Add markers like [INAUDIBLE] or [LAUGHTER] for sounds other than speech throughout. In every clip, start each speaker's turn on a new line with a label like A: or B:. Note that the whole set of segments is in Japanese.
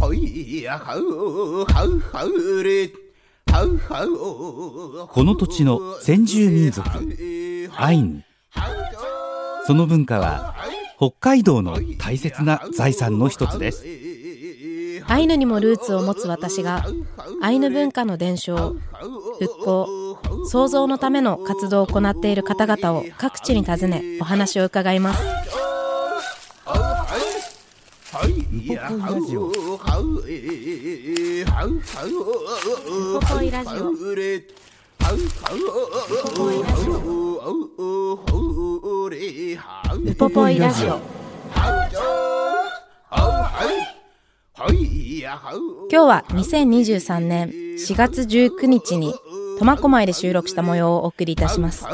A: はいやはうはうはうれはうはう
B: この土地の先住民族アイヌその文化は北海道の大切な財産の一つです
C: アイヌにもルーツを持つ私がアイヌ文化の伝承復興創造のための活動を行っている方々を各地に訪ねお話を伺います
A: はいやはうはうえはうはうはうはうれはうはうはうはうれはう
C: ウポポイラジオ
A: はうはいはいやはう
C: 今日は2023年4月19日に苫小牧で収録した模様をお送りいたします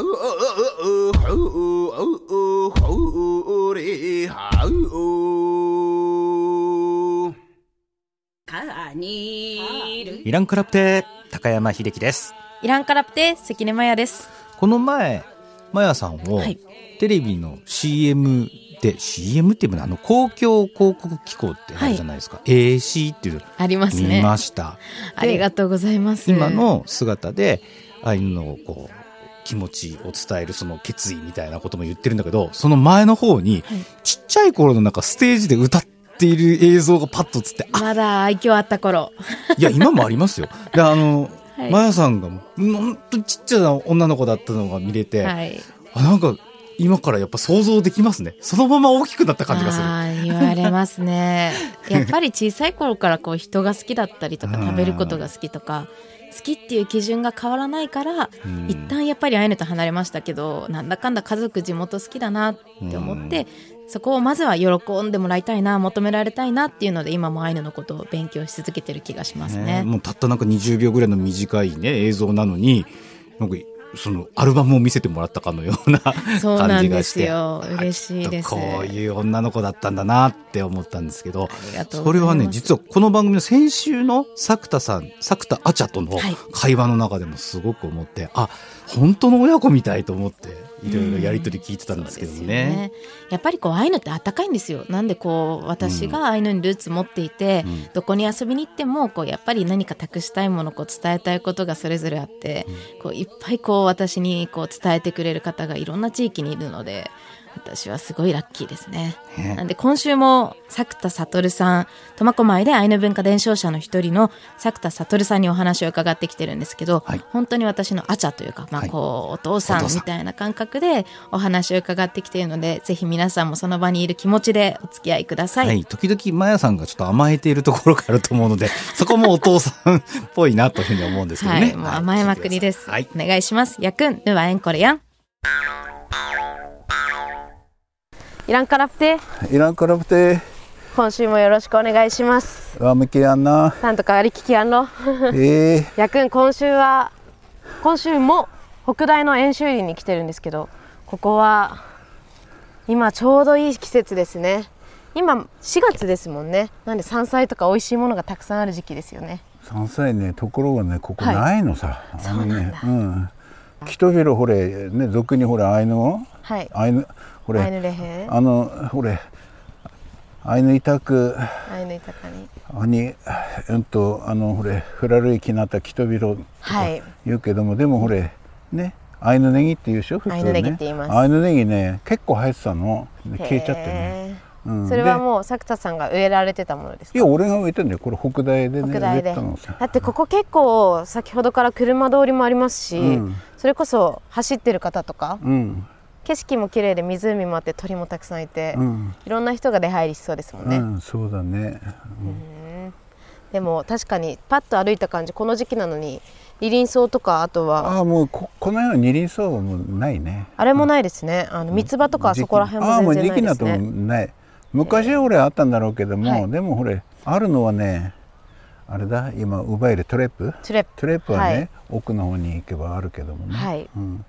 B: イランクラプテ高山秀樹です
C: イランカラプテ関根麻也です
D: この前、まやさんを
C: はい
D: テレビの CM で、CM っていうのはあの公共広告機構ってあるじゃないですか。AC っていうの
C: あります
D: 見
C: ね
D: ました。
C: ありがとうございます
D: 今の姿で、アイヌのこう、気持ちを伝えるその決意みたいなことも言ってるんだけど、その前の方に、ちっちゃい頃のなんかステージで歌っている映像がパッと映って、あ、
C: まだ愛嬌あった頃
D: いや、今もありますよ。で、あの、
C: はい
D: まやさんが、本当にちっちゃな女の子だったのが見れて、
C: はい
D: あなんか今からやっぱ想像できますねそのまま大きくなった感じがする
C: あー言われますねやっぱり小さい頃からこう人が好きだったりとか
D: うん
C: 食べることが好きとか好きっていう基準が変わらないから、
D: うん
C: 一旦やっぱりアイヌと離れましたけどなんだかんだ家族地元好きだなって思って、そこをまずは喜んでもらいたいな求められたいなっていうので今もアイヌのことを勉強し続けてる気がします
D: ね
C: ね。
D: もうたったなんか20秒ぐらいの短いね映像なのになんかそのアルバムを見せてもらったかのような
C: [LAUGHS] そうなん
D: 感じがして
C: ですよ
D: あ
C: 嬉しいです
D: きっとこういう女の子だったんだなって思ったんですけど
C: りがとうご
D: それ
C: ざいます
D: はね実はこの番組の先週の作田さん作田あちゃとの
C: はい
D: 会話の中でもすごく思って、あ本当の親子みたいと思っていろいろやりとり聞いてたんですけどもね。
C: そうですよねやっぱりこうアイヌってあったかいんですよなんでこう私がアイヌにルーツ持っていて、
D: うん
C: どこに遊びに行ってもこうやっぱり何か託したいものこう伝えたいことがそれぞれあって、こういっぱいこう私にこう伝えてくれる方がいろんな地域にいるので私はすごいラッキーですね。
D: ね
C: なんで今週も作田悟さん苫小牧でアイヌ文化伝承者の一人の作田悟さんにお話を伺ってきてるんですけど、
D: はい
C: 本当に私のアチャというか、まあ
D: はい
C: こうお父さ
D: お
C: ん
D: 父さん
C: みたいな感覚でお話を伺ってきているのでぜひ皆さんもその場にいる気持ちでお付き合いください。
D: はい、時々マヤさんがちょっと甘えているところがあると思うの
C: [LAUGHS]
D: で、そこもお父さんっぽいなというふうに思うんですけど
C: は
D: ね。
C: い、もう甘えまくりです。
D: はい、
C: お願いします。やくん、ぬわえんこれやん。
E: イランカラプテ
F: いらんからぶて、
E: 今週もよろしくお願いします。
F: わめきやんな
E: なんとかありききやんろ
F: ええ
E: やくん今週は今週も北大の演習林に来てるんですけどここは今ちょうどいい季節ですね今4月ですもんねなんで山菜とか美味しいものがたくさんある時期ですよね
F: 山菜ね、ところがね、ここ
E: はい
F: ないのさ。あのね、うん。きとひろほれ、ね、俗にほれ、アイヌ語。
E: はい
F: アイヌ、ほ
E: アイ
F: れ、
E: ヌレヘン
F: あの、ほれ。アイヌいたく、
E: アイヌ豊かに
F: あに、うんと、あの、ほれ、ふらるいきなったきとびろ。
E: はい
F: 言うけども、でも、ほれ、ね。アイヌネギっていうでしょ普通ね。
E: アイヌネギって言います
F: アイヌネギね、結構生えてたの。消えちゃってね。
E: へ
F: うん
E: ーそれは
F: で
E: もう作田さんが植えられてたものです
F: い
E: か
F: や、俺が植えてんだよ。これ北大でね。
E: 北大
F: 植え
E: で
F: たのさ
E: だ。ってここ結構先ほどから車通りもありますし、
F: うん
E: それこそ走ってる方とか
F: うん。
E: 景色も綺麗で湖もあって鳥もたくさんいて、
F: うん。
E: いろんな人が出入りしそうですもんね、
F: うん、そうだね。
E: でも確かにパッと歩いた感じこの時期なのに二輪草とかあとは
F: ああ、もうこ、このような二輪草はもうないね。
E: あれもないですねあの三つ葉とかはそこら辺
F: ああ、も
E: も
F: う
E: 全
F: 時
E: 然
F: 期
E: な
F: ない
E: です
F: と
E: ね、
F: ない。昔は俺あったんだろうけども、
E: はい
F: でもほれ、あるのはね。あれだ、今奪えるトレップ。
E: チュレップ
F: トレップはね、
E: はい
F: 奥の方に行けばあるけどもね。
E: はい
F: うん。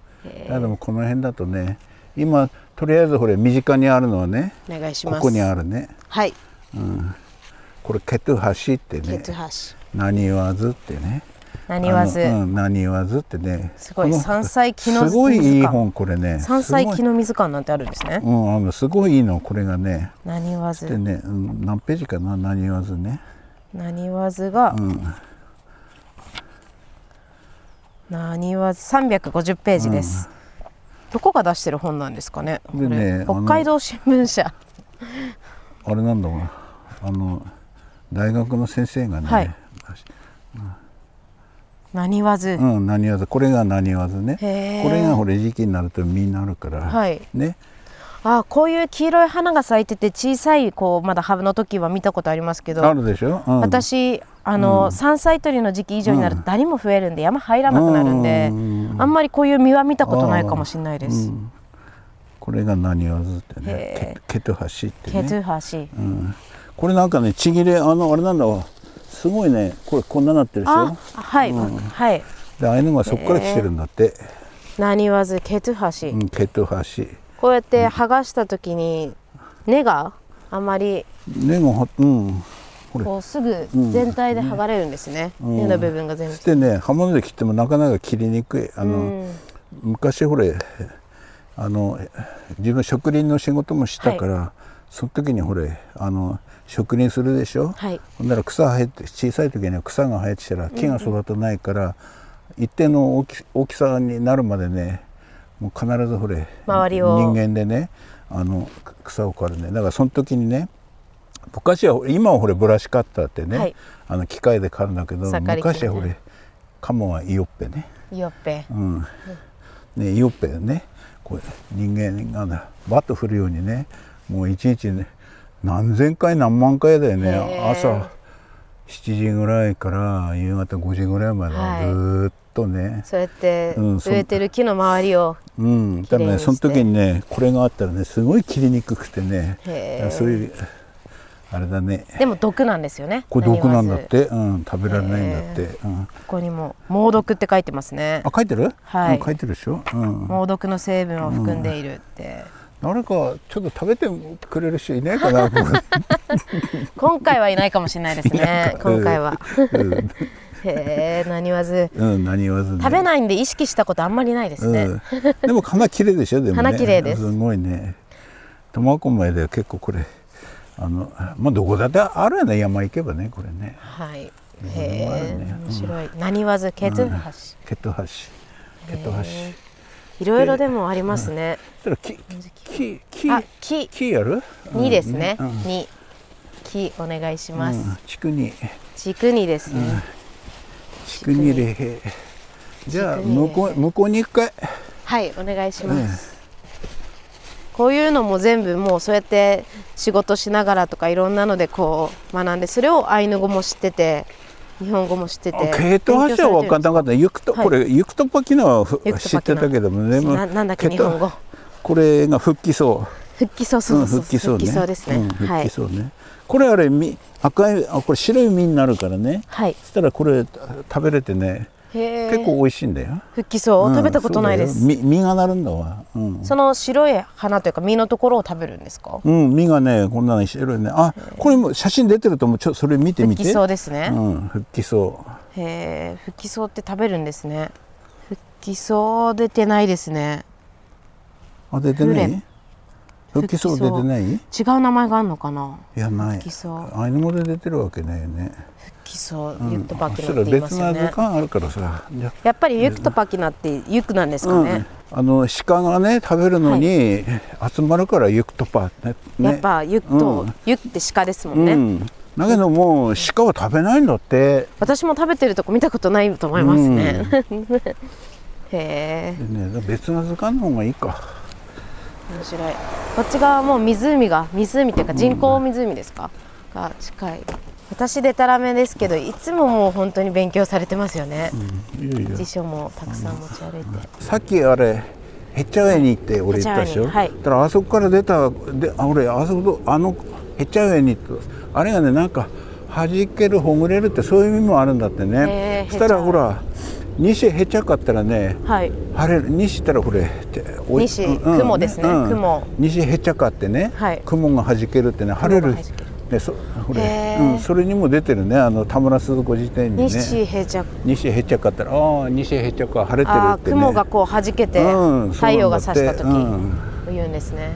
F: あでも、この辺だとね、今、とりあえずほれ、身近にあるのはね。
E: お願いしま
F: こ
E: す
F: こにあるね。
E: はい
F: これ、ケトゥハシって
E: ケ
F: ね。
E: トゥハシ
F: 何わずってね。
E: 何わず、
F: あのうん、何わずってね。
E: すごい
F: この
E: 山菜木の水
F: すごいいい
E: か
F: 本これね。
E: 山菜
F: す
E: 木
F: ごい
E: の水館なんてあるんですね
F: うん、あのすごいいいのこれがね。
E: 何わず
F: でね、うん、何ページかな何わずね。
E: 何わずが、
F: ん
E: 何わず350ページです、どこが出してる本なんですかねこれ
F: でね
E: 北海道新聞社
F: あれなんだもんあの大学の先生がね、
E: はい何わず、
F: うん、何わずこれが何わずね
E: へー
F: これがほれ時期になると実になるから、
E: はい
F: ね
E: あこういう黄色い花が咲いてて小さいこうまだ葉の時は見たことありますけど
F: あるでしょ、うん、
E: 私あの、山菜採りの時期以上になるとダニも増えるんで山入らなくなるんで、
F: うん
E: あんまりこういう実は見たことないかもしれないです、
F: うんこれが何わずってねケトハシって
E: ケトゥ
F: ね、
E: ハシ、
F: うん、これなんかねちぎれあのあれなんだわすごいねこれこんななってるでし
E: あ
F: ょ
E: はい、はい
F: でああいうのがそこから来てるんだって、
E: 何わずケトゥハシ、
F: うん、ケトハシ
E: こうやって剥がした時に根があまり
F: 根がはうんこれ
E: こうすぐ全体で剥がれるんですね、根の部分が全部
F: し、てね刃物で切ってもなかなか切りにくいあの、昔ほれあの自分植林の仕事もしたから、その時にほれあの植林するでしょ、
E: はい
F: ほんなら草生えて小さい時には草が生えてたら木が育たないから、一定の大き大きさになるまでねもう必ずほれ
E: 周りを
F: 人間でねあの草を刈るねだからその時にね昔は今はほれブラシカッターってね、
E: はい
F: あの機械で刈るんだけど
E: 盛り機ね
F: 昔はほれカモはイオッペね
E: よっぺ、
F: うん、ねヨッペねこれ人間がねバッと振るようにねもう一日ね何千回何万回だよね
E: へー
F: 朝7時ぐらいから夕方5時ぐらいまでず
E: はい
F: ーっとね、
E: そうやって
F: うんそん
E: 植えてる木の周りを、
F: うんただ
E: 綺麗に
F: ね
E: して
F: その時にねこれがあったらねすごい切りにくくてね
E: へー
F: そういうあれだね
E: でも毒なんですよね
F: これ毒なんだ
E: 何わ
F: っ
E: ず
F: て、うん、食べられないんだって、うん、
E: ここにも猛毒って書いてますね
F: あ書いてる、
E: はい
F: うん書いてるでしょ、うん、
E: 猛毒の成分を含んでいるって、
F: 誰かちょっと食べてくれる人いないか
E: [LAUGHS]
F: なこ
E: 今回はいないかもしれないですね今回は、
F: れうん
E: へえ何わず
F: うん、何言わずね
E: 食べないんで意識したことあんまりないですね、
F: うん、でも花綺麗でしょでもね
E: 花綺麗です
F: すごいね苫小牧では結構これあのまあどこだってあるよね山行けばねこれね
E: はいへ
F: あ
E: え
F: るね
E: 面白い何わずケツハシ
F: ケトハシケトハシ
E: いろいろでもありますね、
F: ただ木木木
E: あ木
F: 木やる
E: にですね、
F: うん
E: に木お願いし
F: う
E: ます、
F: ん竹に
E: 軸にですね、
F: 竹に礼兵じゃあ
E: 竹に礼
F: 向こう向こうに一回
E: はいお願いします、こういうのも全部もうそうやって仕事しながらとかいろんなのでこう学んでそれをアイヌ語も知ってて日本語も知ってて
F: ケトハシは分かんなかったゆくと、
E: はい
F: これゆくとぱきのはふ
E: ゆくとぱきの
F: 知ってたけどもねもう
E: ななんだっけ
F: ケ
E: 日
F: ト
E: 本語
F: これが復帰層
E: 復帰そうそうそう、
F: 復帰層ね
E: 復帰そうですね、
F: うん
E: は
F: 復帰
E: い、
F: 層ね、これあれみ赤いあこれ白い実になるからね
E: はい、
F: そしたらこれ食べれてね
E: へえ
F: 結構美味しいんだよ、
E: 復帰そう、
F: うん
E: 食べたことないで
F: そう
E: す
F: だよ実実がなるんだわうん、
E: その白い花というか実のところを食べるんですか
F: うん、実がねこんなの白いねあこれも写真出てると思うちょそれ見てみ
E: 復
F: て
E: 帰そうですね、
F: うん復帰層
E: へえ、吹きそうって食べるんですね。吹きそう出てないですね。
F: あ出てな
E: フレ
F: い復帰層出てないい
E: 違う名前があるのかな。
F: やない
E: 復帰層
F: アイヌ語で出てるわけないよね
E: 吹きそう、ユクトパ
F: そ
E: キ
F: し
E: ナ
F: た
E: って言
F: ら
E: いま
F: 別
E: す
F: な
E: よ
F: 図
E: ね。
F: 鑑あるからさじゃあ
E: やっぱりユクトパキナってユクなんですかね。
F: うん、あの鹿がね食べるのに集まるからユクトパねね
E: やっぱユクと、
F: うん
E: ユクって鹿ですも
F: うん
E: ね。
F: んだけどもう鹿は食べないんだって
E: 私も食べてるとこ見たことないと思いますね。 [LAUGHS] へえ
F: で、ね別な図鑑の方がいいか
E: 面白い。こっち側はもう湖が湖というか人工湖ですか、が近い。私でたらめですけどいつももう本当に勉強されてますよね。
F: いやいや
E: 辞書もたくさん持ち歩いて。
F: さっきあれヘッチャウェイに行って俺言ったでしょ、
E: ヘッチャウェイにはい
F: だからあそこから出たであ俺あそことあのヘッチャウェイに行ってあれがねなんか弾けるほぐれるってそういう意味もあるんだって
E: へ
F: ね
E: ー
F: そしたらほら西ヘッチャかったらね
E: はい。
F: 晴れる西ったらこれっておい
E: 西雲ですね雲
F: 西へちゃかってね、
E: はい
F: 雲がはじけるってね晴れ
E: 雲
F: る
E: が弾ける
F: でそこれ
E: へ、ー
F: うん、それにも出てるねあの田村鈴子辞典にね
E: 西平着。
F: 西へちゃかったらああ西へちゃか晴れてる
E: ああ
F: ってね
E: 雲がこう弾けて
F: うん
E: 太陽が差した時
F: そうなんだって
E: 言うんですね。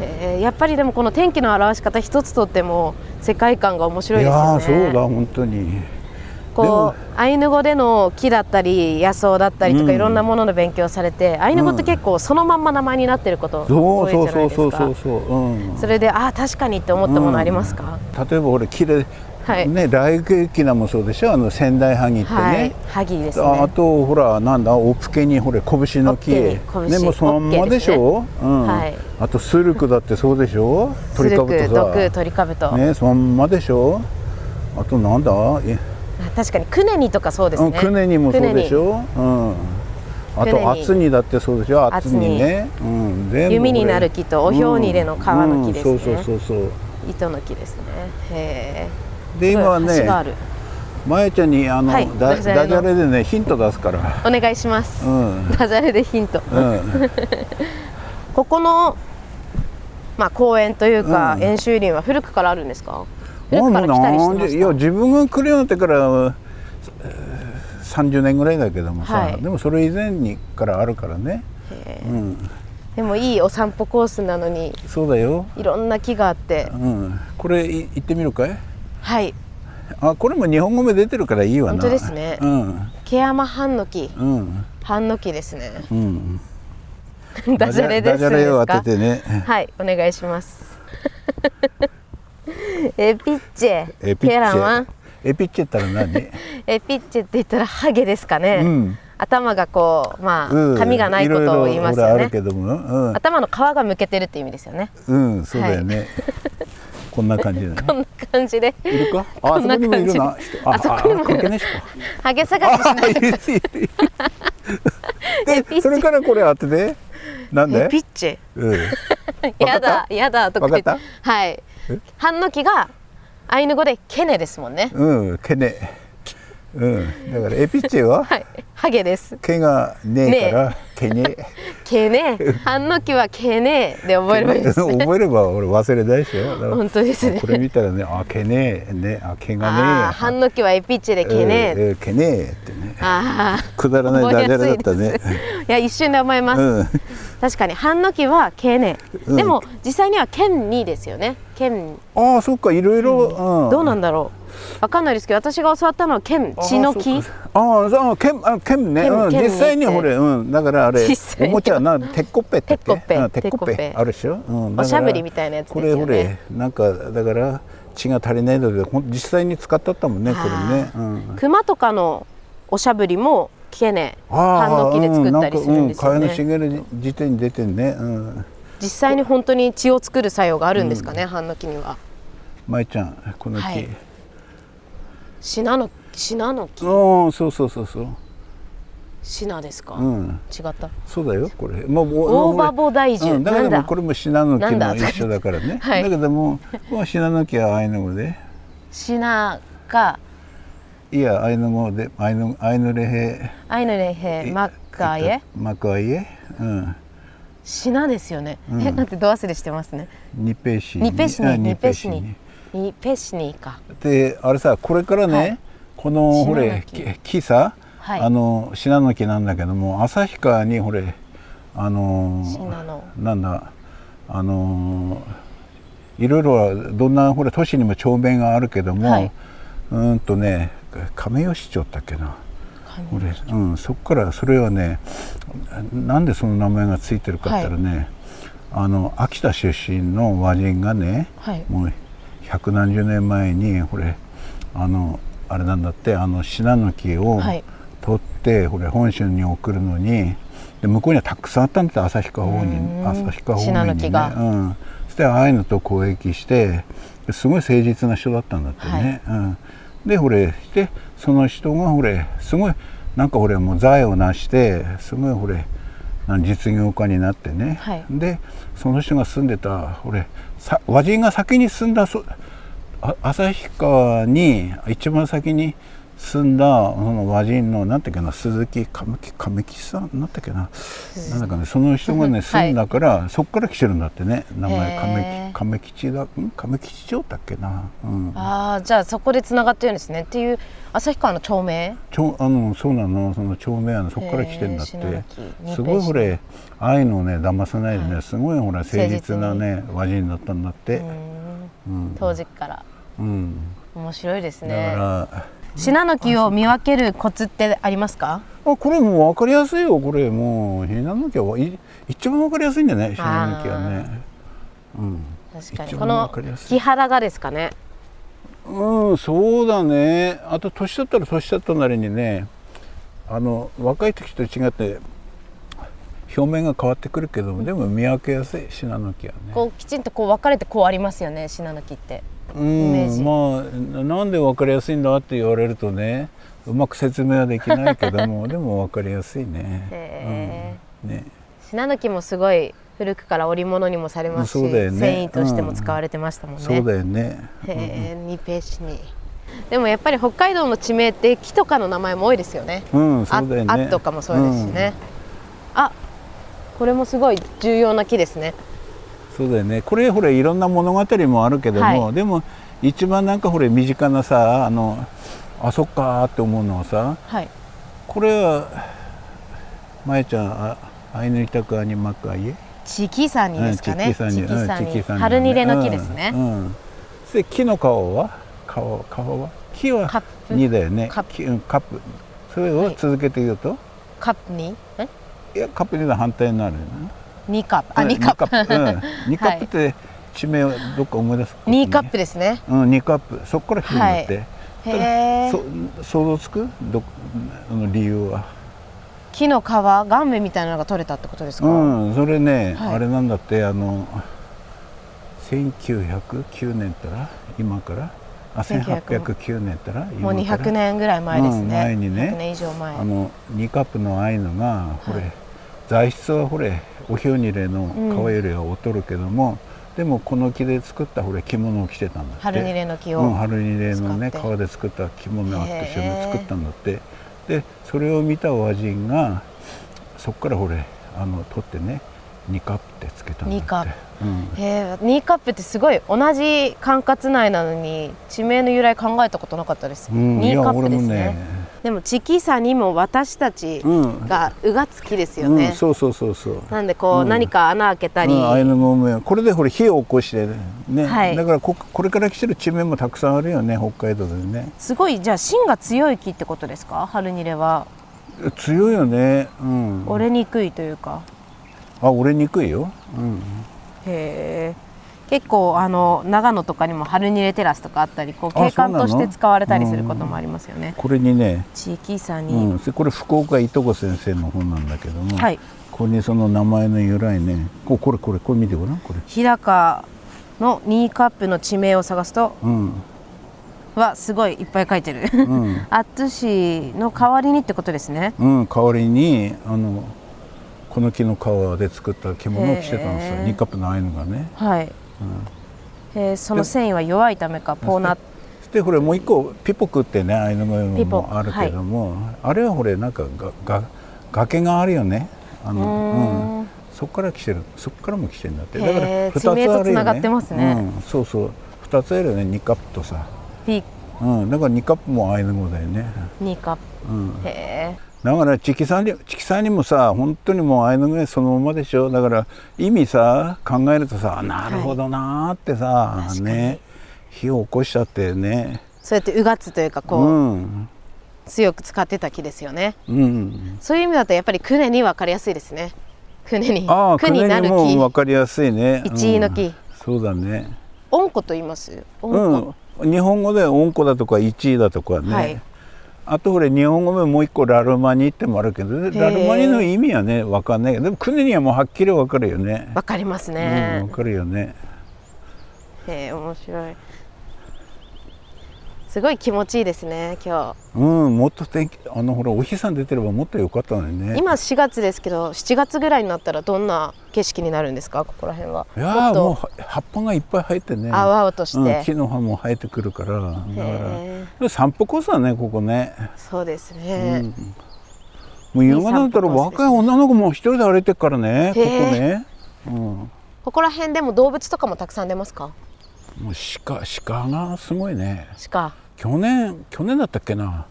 E: へえーやっぱりでもこの天気の表し方一つとっても世界観が面白い
F: い
E: ですよ
F: や
E: ね
F: ーそうだ本当にで
E: こ
F: も
E: うアイヌ語での木だったり野草だったりとか、
F: うん
E: いろんなものの勉強されてアイヌ語って結構そのまんま名前になってること
F: そ
E: 多
F: う
E: いじゃ
F: そ
E: な
F: う
E: い
F: そう
E: ですか
F: そうそうそう、うん、
E: それでああ確かにって思ったものありますか、
F: 例えば俺きれ、
E: はい
F: ね来月キナもそうでしょあの仙台萩ってね、
E: はいハギですね
F: ああとほらなんだオプケにほれ拳
E: オッ
F: の木
E: ケ
F: ね
E: ーに拳
F: もうそのまんまでしょうん
E: はい
F: あとスルクだってそうでしょ
E: スルク毒
F: さ
E: 鳥かぶと、
F: ねそのまんまでしょあとなんだえ
E: 確かにクネニとかそうです
F: うん
E: ね
F: クネにもそうでしょうん
E: ク
F: あ
E: ネニ
F: とアツニだってそうでしょアツニねうん全部
E: 弓に
F: これ
E: なる木とお瓢に入れの皮の木ですね
F: うんそうそうそうそう
E: 糸の木ですねへえ
F: で今は
E: 橋があ
F: ね
E: る
F: まやちゃんにあの、
E: はいダ
F: だダ
E: ジャ
F: ジ
E: レの
F: ャレでねヒント出すから
E: お願いします、
F: うん
E: ダジャレでヒント、
F: うん
E: ここのまあ公園というか、
F: うん
E: 演習林は古くからあるんですか古
F: もう
E: くから来たりしてま
F: なんで
E: し
F: い
E: た
F: や自分が来るようになってからえー30年ぐらいだけどもさ、
E: はい
F: でもそれ以前にからあるからね、うん、
E: でもいいお散歩コースなのに
F: そうだよ、
E: いろんな木があって
F: うん、これい行ってみるかい
E: はい
F: あこれも日本語も出てるからいいわな
E: 本当ですね
F: うん
E: 毛山半の木
F: うん
E: 半の木ですね
F: うん
E: ダジャレです
F: ダジャレを
E: です
F: 当
E: か
F: ててね
E: はい、お願いします。 [LAUGHS] エピッチェ、
F: エピッチ
E: ケラマ
F: ェ
E: ン
F: エピッチェった
E: [LAUGHS]
F: ら何
E: エピッチェって言ったらハゲですかね。
F: うん
E: 頭がこう、まあ、
F: うん
E: 髪がないことを言いますよ
F: ろろ
E: ね
F: 俺ある。けども
E: 頭の皮がむけてるって意味ですよね。
F: うん、うん、そうだよね、こんな感じだね
E: こんな感じで、
F: いるか？あ、
E: こ
F: あ
E: ん
F: そ
E: な
F: こにもいるな
E: 感。
F: あ
E: あそこにもいる
F: 関係ないっしょ
E: ハゲ探ししない。
F: あいるいる
E: エピッ
F: それ
E: チ
F: からこれ当てて。なん
E: ェ。エ
F: で
E: ピ？ッチ
F: うん。
E: ェ。 [LAUGHS] やだ、やだとか言って
F: わかっ。
E: はい。ハンノキがアイヌ語でケネですもんね。
F: うん。毛ね。うん。だからエピッチェは
E: はい、ハゲです。
F: 毛がねえから毛ね。
E: ケ
F: [LAUGHS]
E: ネ、ハンノキはケネで覚えればいいですね。
F: 覚えれば俺忘れないでしょ。だから
E: 本当ですね
F: あこれ見たらね、あ毛ねえね、あ毛
E: ああ、
F: が
E: ハ
F: ね
E: ンノキはエピッチェで
F: え。
E: ケネ。
F: えーえー毛ねえってね。
E: ああ、
F: くだらないダジャレだった
E: 覚えや
F: ね
E: す。いです。いや、一瞬で思います。
F: うん
E: 確かに、ハンノキはケネ。
F: うん
E: でも、実際にはケンニですよね。ケン、
F: ああ、そっかいろいろ。うん
E: どうなんだろう。わかんないですけど、私が教わったのはケン、血の木。
F: ああ、そう、けん、あ、けんね、
E: 剣
F: うん、
E: 剣ね
F: 実際に、ほれ、うん、だから、あれ
E: 実、際
F: お
E: に
F: もちゃ、な、鉄コッペってっけ。
E: 鉄コッペ
F: うん鉄コ
E: 鉄
F: ッ
E: コッペ
F: ペ、あるでしょうん、だから
E: おしゃぶりみたいなやつですよね
F: これ、ほれ、なんか、だから、血が足りないので、ほん、実際に使ったったもんね、これね。うん。
E: 熊とかのおしゃぶりもケネ、ハン
F: あ
E: ノキで作ったりするんですよ
F: うん、
E: ね
F: 蚊。帳の茂る時点に出てんね、うん。
E: 実際に本当に血を作る作用があるんですかね、ハンノキには。
F: 舞ちゃん、この木。
E: はいシナの、シナの木、
F: うん、そうそうそうそう。
E: シナですか。
F: うん。
E: 違った。
F: そうだよ、これ。もう、
E: 大葉菩提樹
F: うんだけど
E: なんだ
F: も、これもシナノキ
E: な
F: も
E: んだ
F: 一緒だからね。
E: [LAUGHS] はい
F: だけども、もうシナノキはアイヌ語で。
E: シナが
F: いや、アイヌ語で、アイヌ、アイヌレヘ。
E: アイヌレヘマッカイエ
F: マカイエ。うん。
E: シナですよね、えなんてど忘れしてますね
F: ニペシニ。
E: ニペシニ
F: あ
E: ニペシニ
F: ニ
E: ニペシニか
F: で、あれさ、これからね、
E: はい
F: この、ほれ、
E: シナ
F: き
E: ノ
F: 木さ。
E: はい
F: あの、シナノキなんだけども、旭川に、ほれ。あのー
E: シナの
F: なんだ。あのーいろいろ、どんな、ほれ、都市にも町名があるけども。
E: はいう
F: ーんとね、亀吉町だっけな。俺、うん、そこからそれはねなんでその名前がついてるかって言ったらね、あの秋田出身の和人がね、
E: はい
F: もう百何十年前にこれあのあれなんだってあのシナノキを
E: はい
F: 取って、これ本州に送るのにで向こうにはたくさんあったんだって旭川方
E: う
F: に
E: ん
F: 旭川方
E: シナノ
F: 面
E: キ
F: に
E: が
F: ね、うん、そしてああいうのと交易してすごい誠実な人だったんだってね、うん、でほれしてその人がほれすごいなんかほれもう財を成してすごいほれなん実業家になってね、
E: はい
F: でその人が住んでたほれさ和人が先に住んだそあ旭川に一番先に住んだその和人のなんていうかな鈴木亀木亀木さんなんていうかななんだかねその人がね住んだから、そこから来てるんだってね名前
E: へー
F: 亀木亀吉だん亀吉町だっけな、うん、
E: ああじゃあそこでつながってるんですねっていう旭川の町名
F: 町あのそうなのその町名はねそこから来てんだって
E: へー篠崎
F: すごいほれ愛のね騙さないでね、すごいほら誠実なね和人だったんだって、
E: 当時から
F: うん、
E: 面白いです
F: だか
E: ね
F: ら、
E: 信濃木を見分けるコツってありますか
F: あこれもう分かりやすいよこれもうひなのきはい一番分かりやすいんだよねひなのきはね
E: 確かに
F: 一番
E: この
F: わかりやす
E: 木
F: い
E: 肌がですかね
F: うんそうだねあと年取ったら年取ったなりにねあの若い時と違って表面が変わってくるけどもでも見分けやすいシナノキはね
E: こうきちんとこう分かれてこうありますよね信濃木って
F: う
E: メージ
F: んまあなんで分かりやすいんだって言われるとねうまく説明はできないけど
E: [LAUGHS]
F: もでも分かりやすいね
E: へ
F: ね
E: ー信濃木もすごい古くから織物にもされます
F: そ
E: し、
F: うだよね
E: 繊維としても使われてましたもんね、
F: そうだよね
E: へえ、二ページに。でもやっぱり北海道の地名って木とかの名前も多いですよね。
F: うんそうだよね
E: ああとかもそうですしね。あ、これもすごい重要な木ですね。
F: そうだよねこれほらいろんな物語もあるけども、
E: は
F: でも一番なんかほら身近なさあのあそっかーって思うのはさ
E: はい。
F: これはまえちゃんあアイヌイタクアニマクアイエ
E: チキサニですかね。
F: チキサニうんチキサニ
E: 春にれの木ですね
F: う。んうんそれで木の皮は皮皮は木
E: カッ
F: は
E: プ
F: 2だよね
E: カップ
F: 木うんカップそれを続けて言うと、
E: カップに、え、
F: い、やカップ2の反対になるよね
E: 二カップ。あ、
F: うん
E: 二カッ
F: 二カッ
E: プ。
F: プ,、うん、二カップって地名をどっか思い出すことね
E: 二カップですね。
F: うん、2カップそこから広がって、
E: へ
F: ただ
E: え。
F: そ想像つくどあの理由は
E: 木の皮、岩目みたいなのが取れたってことですか。
F: うんそれね、
E: はい
F: あれなんだってあの1909年ったら今からあ1809年ったら
E: もう
F: 今から
E: 200年ぐらい前です
F: うん
E: ね。
F: 前にね
E: 100年以上前。
F: あの2カップのアイヌがこれ、材質はこれおひょにれの皮よりは劣るけども、でもこの木で作ったこれ着物を着てたんだって
E: 春にれの木を。
F: うん、春に例のね
E: 使って
F: 革で作った着物があってそれ
E: へー
F: を作ったんだってでそれを見た和人がそこからほれあの取ってねニカップってつけたんだっ
E: ニ
F: て
E: カッ
F: うん、
E: へえニーカップってすごい同じ管轄内なのに地名の由来考えたことなかったです、
F: うん
E: ニ
F: い
E: ー
F: や
E: カップ
F: 俺
E: で
F: も
E: すね
F: ね
E: でもチキサにも私たち
F: うん
E: がうがつきですよ
F: うん
E: ね、
F: そうそうそうそう
E: なんでこう、何か穴開けたり、
F: うん、アイヌ語名これでほれ火を起こしてね、
E: はい
F: だからここれから来てる地名もたくさんあるよね北海道でね
E: すごいじゃあ芯が強い木ってことですか春にれは
F: 強いよね、うん、
E: 折れにくいというか、
F: あ俺にくいよ、うん、
E: へえ結構あの長野とかにも春にれテラスとかあったりこう景
F: あそう
E: 観
F: な
E: と
F: の
E: して使われたりすることもありますよね
F: これにね
E: チキサに、
F: うん、でこれ福岡いとこ先生の本なんだけども、
E: はい
F: ここにその名前の由来ねここれこれこれ見てごらんこれ
E: 日高のニーカップの地名を探すと
F: うん
E: はすごいいっぱい書いてる、 [LAUGHS]
F: ん
E: アットシの代わりにってことですね
F: うん代わりにあのこの木の皮で作った着物を着てたんですよ
E: へー
F: ニカップのアイヌがね
E: はい、えーその繊維は弱いためかポーナ
F: でこれもう一個ピポクってねアイヌ語
E: ピポ
F: もあるけども、あれはこれなんかがが崖があるよねあのうんそこから来てるそこからも来てるんだってだから
E: へー
F: 二つ
E: 地
F: ある
E: 名
F: よ
E: と
F: ね
E: 繋がってますね
F: うん、そうそう二つあるよねニカップとさ
E: ピ
F: うん、だからニカップもアイヌ語だよね。
E: ニーカップ、へ
F: だからチキさんにチキさんにもさ本当にもうアイヌ語そのままでしょだから意味さ考えるとさなるほどなーってさ、ね火を起こしちゃってね
E: えそうやってうがつというかこ
F: う
E: う、
F: ん
E: 強く使ってた木ですよね
F: うん
E: そういう意味だとやっぱりクネに分かりやすいですねクネに
F: ああ
E: クにな
F: 国
E: る
F: にも分
E: 木
F: かりやすいね
E: 一位の木
F: うんそうだね
E: オンコと言いますオンコ、
F: うん日本語で温子だとか一位だとかね、
E: はい
F: あとこれ日本語でもう一個ラルマニってもあるけどね
E: ー
F: ラルマニの意味はね分かんないけどでも国にはもうはっきり分かるよね
E: 分かりますね、
F: うん、わかるよね。
E: へえ面白いすごい気持ちいいですね今
F: うんもっと天気あのほらお日さん出てればもっと良かったのに
E: 日
F: ね
E: 今4月ですけど7月ぐらいになったらどんな景色になるんですかここら辺はい
F: や
E: っ
F: ー
E: と
F: もうは葉っぱがいっぱい生えてね
E: 青々として、
F: うん、木の葉も生えてくるからだか
E: へ
F: ら散歩コースだねここね、
E: ーそうです
F: う
E: ね
F: ん、もう夕方だったら
E: いい散歩コースです
F: 若い女の子も一人で歩いてるからねここね、うん、も
E: ここら辺でも動物とかもたくさん出ますか
F: う鹿鹿がすごいね
E: 鹿
F: 去年去年だったっけな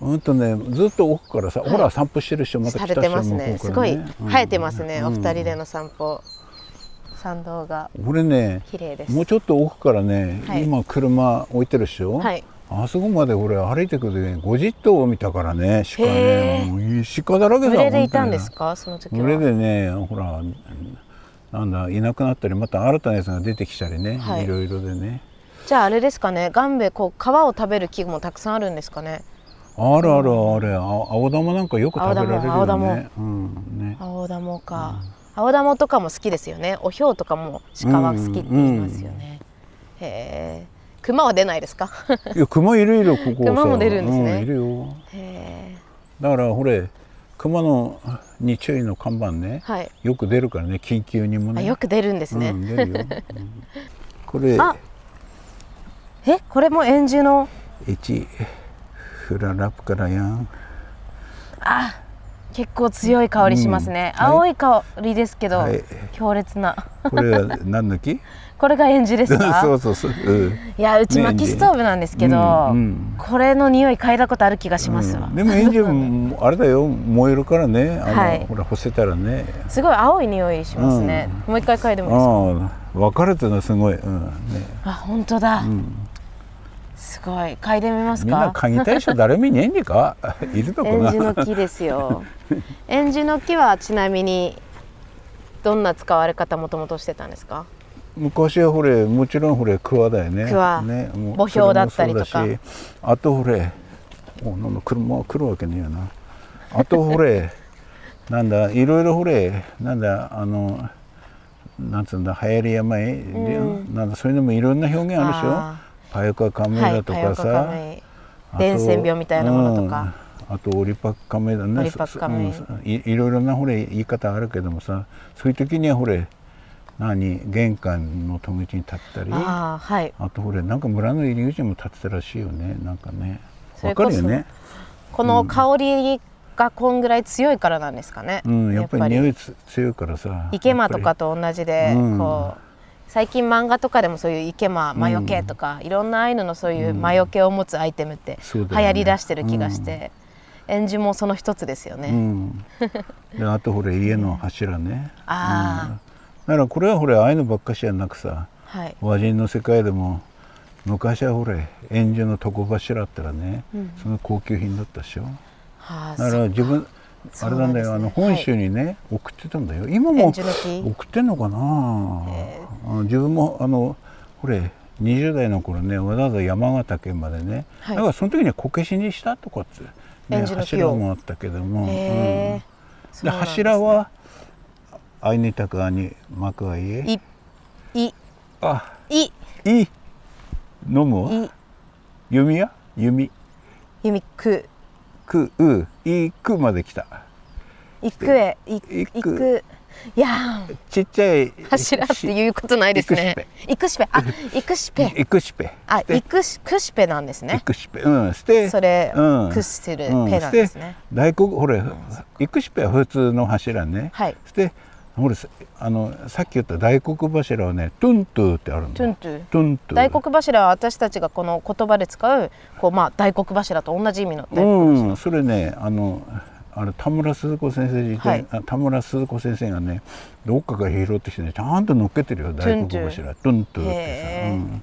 F: うんとねずっと奥からさ、ほら散歩してる人また
E: さ
F: 来
E: れ
F: た
E: て
F: 人
E: ます
F: も
E: ね
F: こ
E: す
F: う
E: ご
F: から
E: い
F: ねうん
E: 生えてますね、お二人で
F: うん
E: の散歩参道が
F: 俺ね
E: 綺麗です
F: もうちょっと奥からね、
E: はい
F: 今車置いてるでしょ、
E: はい
F: あそこまで俺歩いてくる時に50頭を見たからね鹿
E: へ
F: ね
E: ー
F: もう鹿だらけだ
E: 群れでいたんです
F: か
E: かその時は
F: 群れでねほらなんだいなくなったりまた新たなやつが出てきたりね、
E: はい
F: い、ろいろでね
E: じゃああれですかねガンベこう皮を食べる木もたくさんあるんですかね
F: あるあるあれあ青玉なんかよく食べられる
E: 青
F: よ
E: 玉
F: ねうんね
E: 青ダモか、青ダモとかも好きですよねおひょうとかも鹿は好きって言いますよね、へえ熊は出ないですか [LAUGHS]
F: いや熊いるいるここさ
E: 熊も出るんですね
F: うんいるよ
E: へえ
F: だからほれ熊のに注意の看板ね、
E: はい
F: よく出るからね緊急にも
E: あ
F: ね
E: よく出るんですね、
F: うん、出るよ、うんこれ
E: あえこれも円珠の
F: 1フララップから
E: [LAUGHS]
F: やん
E: 結構強い香りしますね、
F: うんはい
E: 青い香りですけど、
F: はい
E: 強烈な
F: これは何の木
E: これが円珠ですか
F: [LAUGHS] そうそうそう、うん、
E: いやうち
F: ね
E: 薪ストーブなんですけど、
F: うんうん
E: これの匂い嗅いだことある気がしますわ、
F: うんでもエンジンもあれだよ燃えるからねあの、
E: はい
F: ほら干せたらね
E: すごい青い匂いしますね、もう一回嗅いでもいいですか
F: ああ分かれてるのすごい、うんね、
E: あ本当だ、すごい嗅いでみます
F: みんな
E: か
F: 鍵対象誰もいねえんでか [LAUGHS] いるのか
E: エンジの
F: な
E: 木です
F: [LAUGHS]
E: よエンジの木はちなみにどんな使われ方もともとしてたんですか
F: 昔はほれもちろんほれ桑だよね
E: 桑
F: ねもう
E: 墓標だったりとか
F: それもそうだしあとほれおなんだ車は来るわけねえよなあとほれ [LAUGHS] なんだいろいろほれなんだあのなんつうんだ流行り病、なんだそういうのもいろんな表現あるでし
E: あ
F: ょパヨカカメ
E: は
F: だ
E: い
F: と
E: パ
F: か
E: ヨ
F: さ、
E: カカムイ
F: あと
E: 伝染病みたいなものとか、
F: うんあとオリパッカメだね
E: オリパッカメ
F: そそうんいいろいろなほれ言い方あるけどもさそういう時にはほれ何玄関の戸口に立ったりあ
E: ああはい
F: とほれなんか村の入り口にも立ってたらしいよねなんかね
E: そ
F: わ
E: れ
F: か
E: こ
F: る
E: そ
F: よね
E: この香りがこんぐらい強いからなんですかね、
F: うんやっぱり匂いつ強いからさ
E: 池間
F: やっぱ
E: と
F: り
E: かと同じで、
F: うん
E: こう最近漫画とかでもそういう池間魔除けとか、いろんなアイヌのそういう魔除けを持つアイテムって
F: そう
E: 流
F: だよね
E: 行りだしてる気がして、演じもその一つですよね、
F: うんであとほれ家の柱ね
E: あ
F: だからこれはほれああいうのばっかしじゃなくさ
E: あ、はい
F: 和人の世界でも昔はほれ円珠の床柱あったらね、その高級品だったでしょ
E: はあ
F: だから自分
E: そ
F: あ
E: う
F: れなんだよ
E: そう
F: あ
E: なんですね
F: の本州にね、送ってたんだよ今
E: 円
F: も送
E: 珠の木
F: ってんのかな、あの自分もあのほれ20代の頃ねわざわざ山形県までね、
E: はい
F: だからその時にはこけしにしたとかって、
E: 円
F: ね、
E: 珠の木を
F: 柱もあったけども、
E: へ
F: うん
E: えそうな
F: で
E: んすね
F: 柱は「あいにたくあに幕がいえ
E: い」い
F: あ
E: い
F: いい飲むわ
E: い
F: 弓や弓
E: 弓く
F: くういくまで来た
E: 行くへい
F: 行く
E: 行くいやー
F: ちっちゃい
E: 柱っていうことないですね行くしぺあ行くしぺ
F: いくしぺ
E: あ行くしくしぺなんです
F: い
E: ね
F: くしぺうんして
E: それ
F: うん
E: 屈する
F: うん
E: ペなんですね
F: して大黒ほれいくしぺは普通の柱ね
E: はい
F: してほれあのさっき言った大黒柱はねトゥントゥってあるの
E: トゥントゥ
F: トゥントゥ
E: 大黒柱は私たちがこの言葉で使うこうまあ大黒柱と同じ意味の大黒
F: うん、それねあのあれ田村鈴子先生自体、
E: はい
F: あ田村鈴子先生がねどっかから拾ってきてねちゃんと乗っけてるよ大黒柱トゥントゥって
E: へー
F: さ、うん、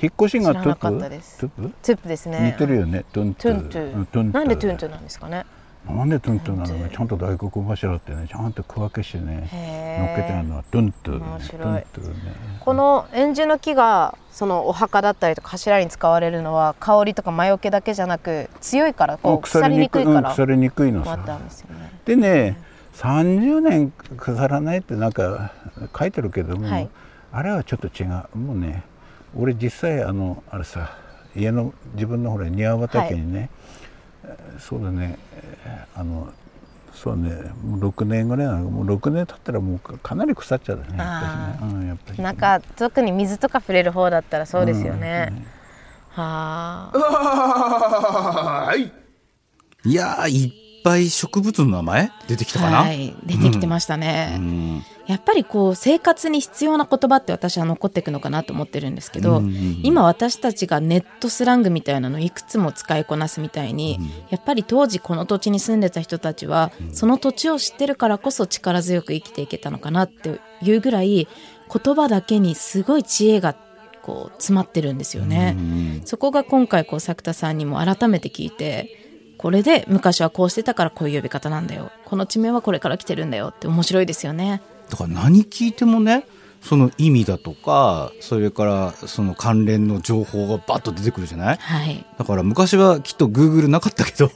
F: 引っ越しがト
E: 知
F: ゥ
E: らなか
F: プ
E: った
F: ト
E: です
F: ゥプ
E: トゥップですね
F: 似てるよねトゥン
E: ト
F: ト
E: ゥン
F: ゥ
E: ト
F: うん
E: ゥなんでトゥントゥなんですかね
F: なんでトゥントゥなのかちゃんと大黒柱ってねちゃんと区分けして
E: へ
F: ね
E: ー
F: 乗っけてあるのはトゥントゥ
E: 面白い
F: トゥントゥね
E: この円珠の木がそのお墓だったりとか柱に使われるのは香りとか魔除けだけじゃなく強いからこう腐りにくい
F: うん
E: から
F: 腐りにくいの
E: もあ
F: さ
E: ったんですよね
F: でね30年腐らないってなんか書いてるけども、
E: はい
F: あれはちょっと違うもうね俺実際あのあれさ家の自分のほら庭畑にね、そうだねあのそうねもう6年ぐらいなのもう6年経ったらもうかかなり腐っちゃうねやっぱりね、うん、やっぱりね
E: なんか特に水とか触れる方だったらそうですよね、はあ
A: はい
B: いやー、いっぱい植物の名前出てきたかな、
C: はい、出てきてましたね、
B: うん
C: やっぱりこう生活に必要な言葉って私は残っていくのかなと思ってるんですけど、今私たちがネットスラングみたいなのをいくつも使いこなすみたいに、やっぱり当時この土地に住んでた人たちは、その土地を知ってるからこそ力強く生きていけたのかなっていうぐらい言葉だけにすごい知恵がこう詰まってるんですよね。そこが今回こう作田さんにも改めて聞いてこれで昔はこうしてたからこういう呼び方なんだよこの地名はこれから来てるんだよって面白いですよね。
B: だから何聞いてもねその意味だとかそれからその関連の情報がバッと出てくるじゃない
C: はい
B: だから昔はきっと Google なかったけ
D: [LAUGHS]
B: ど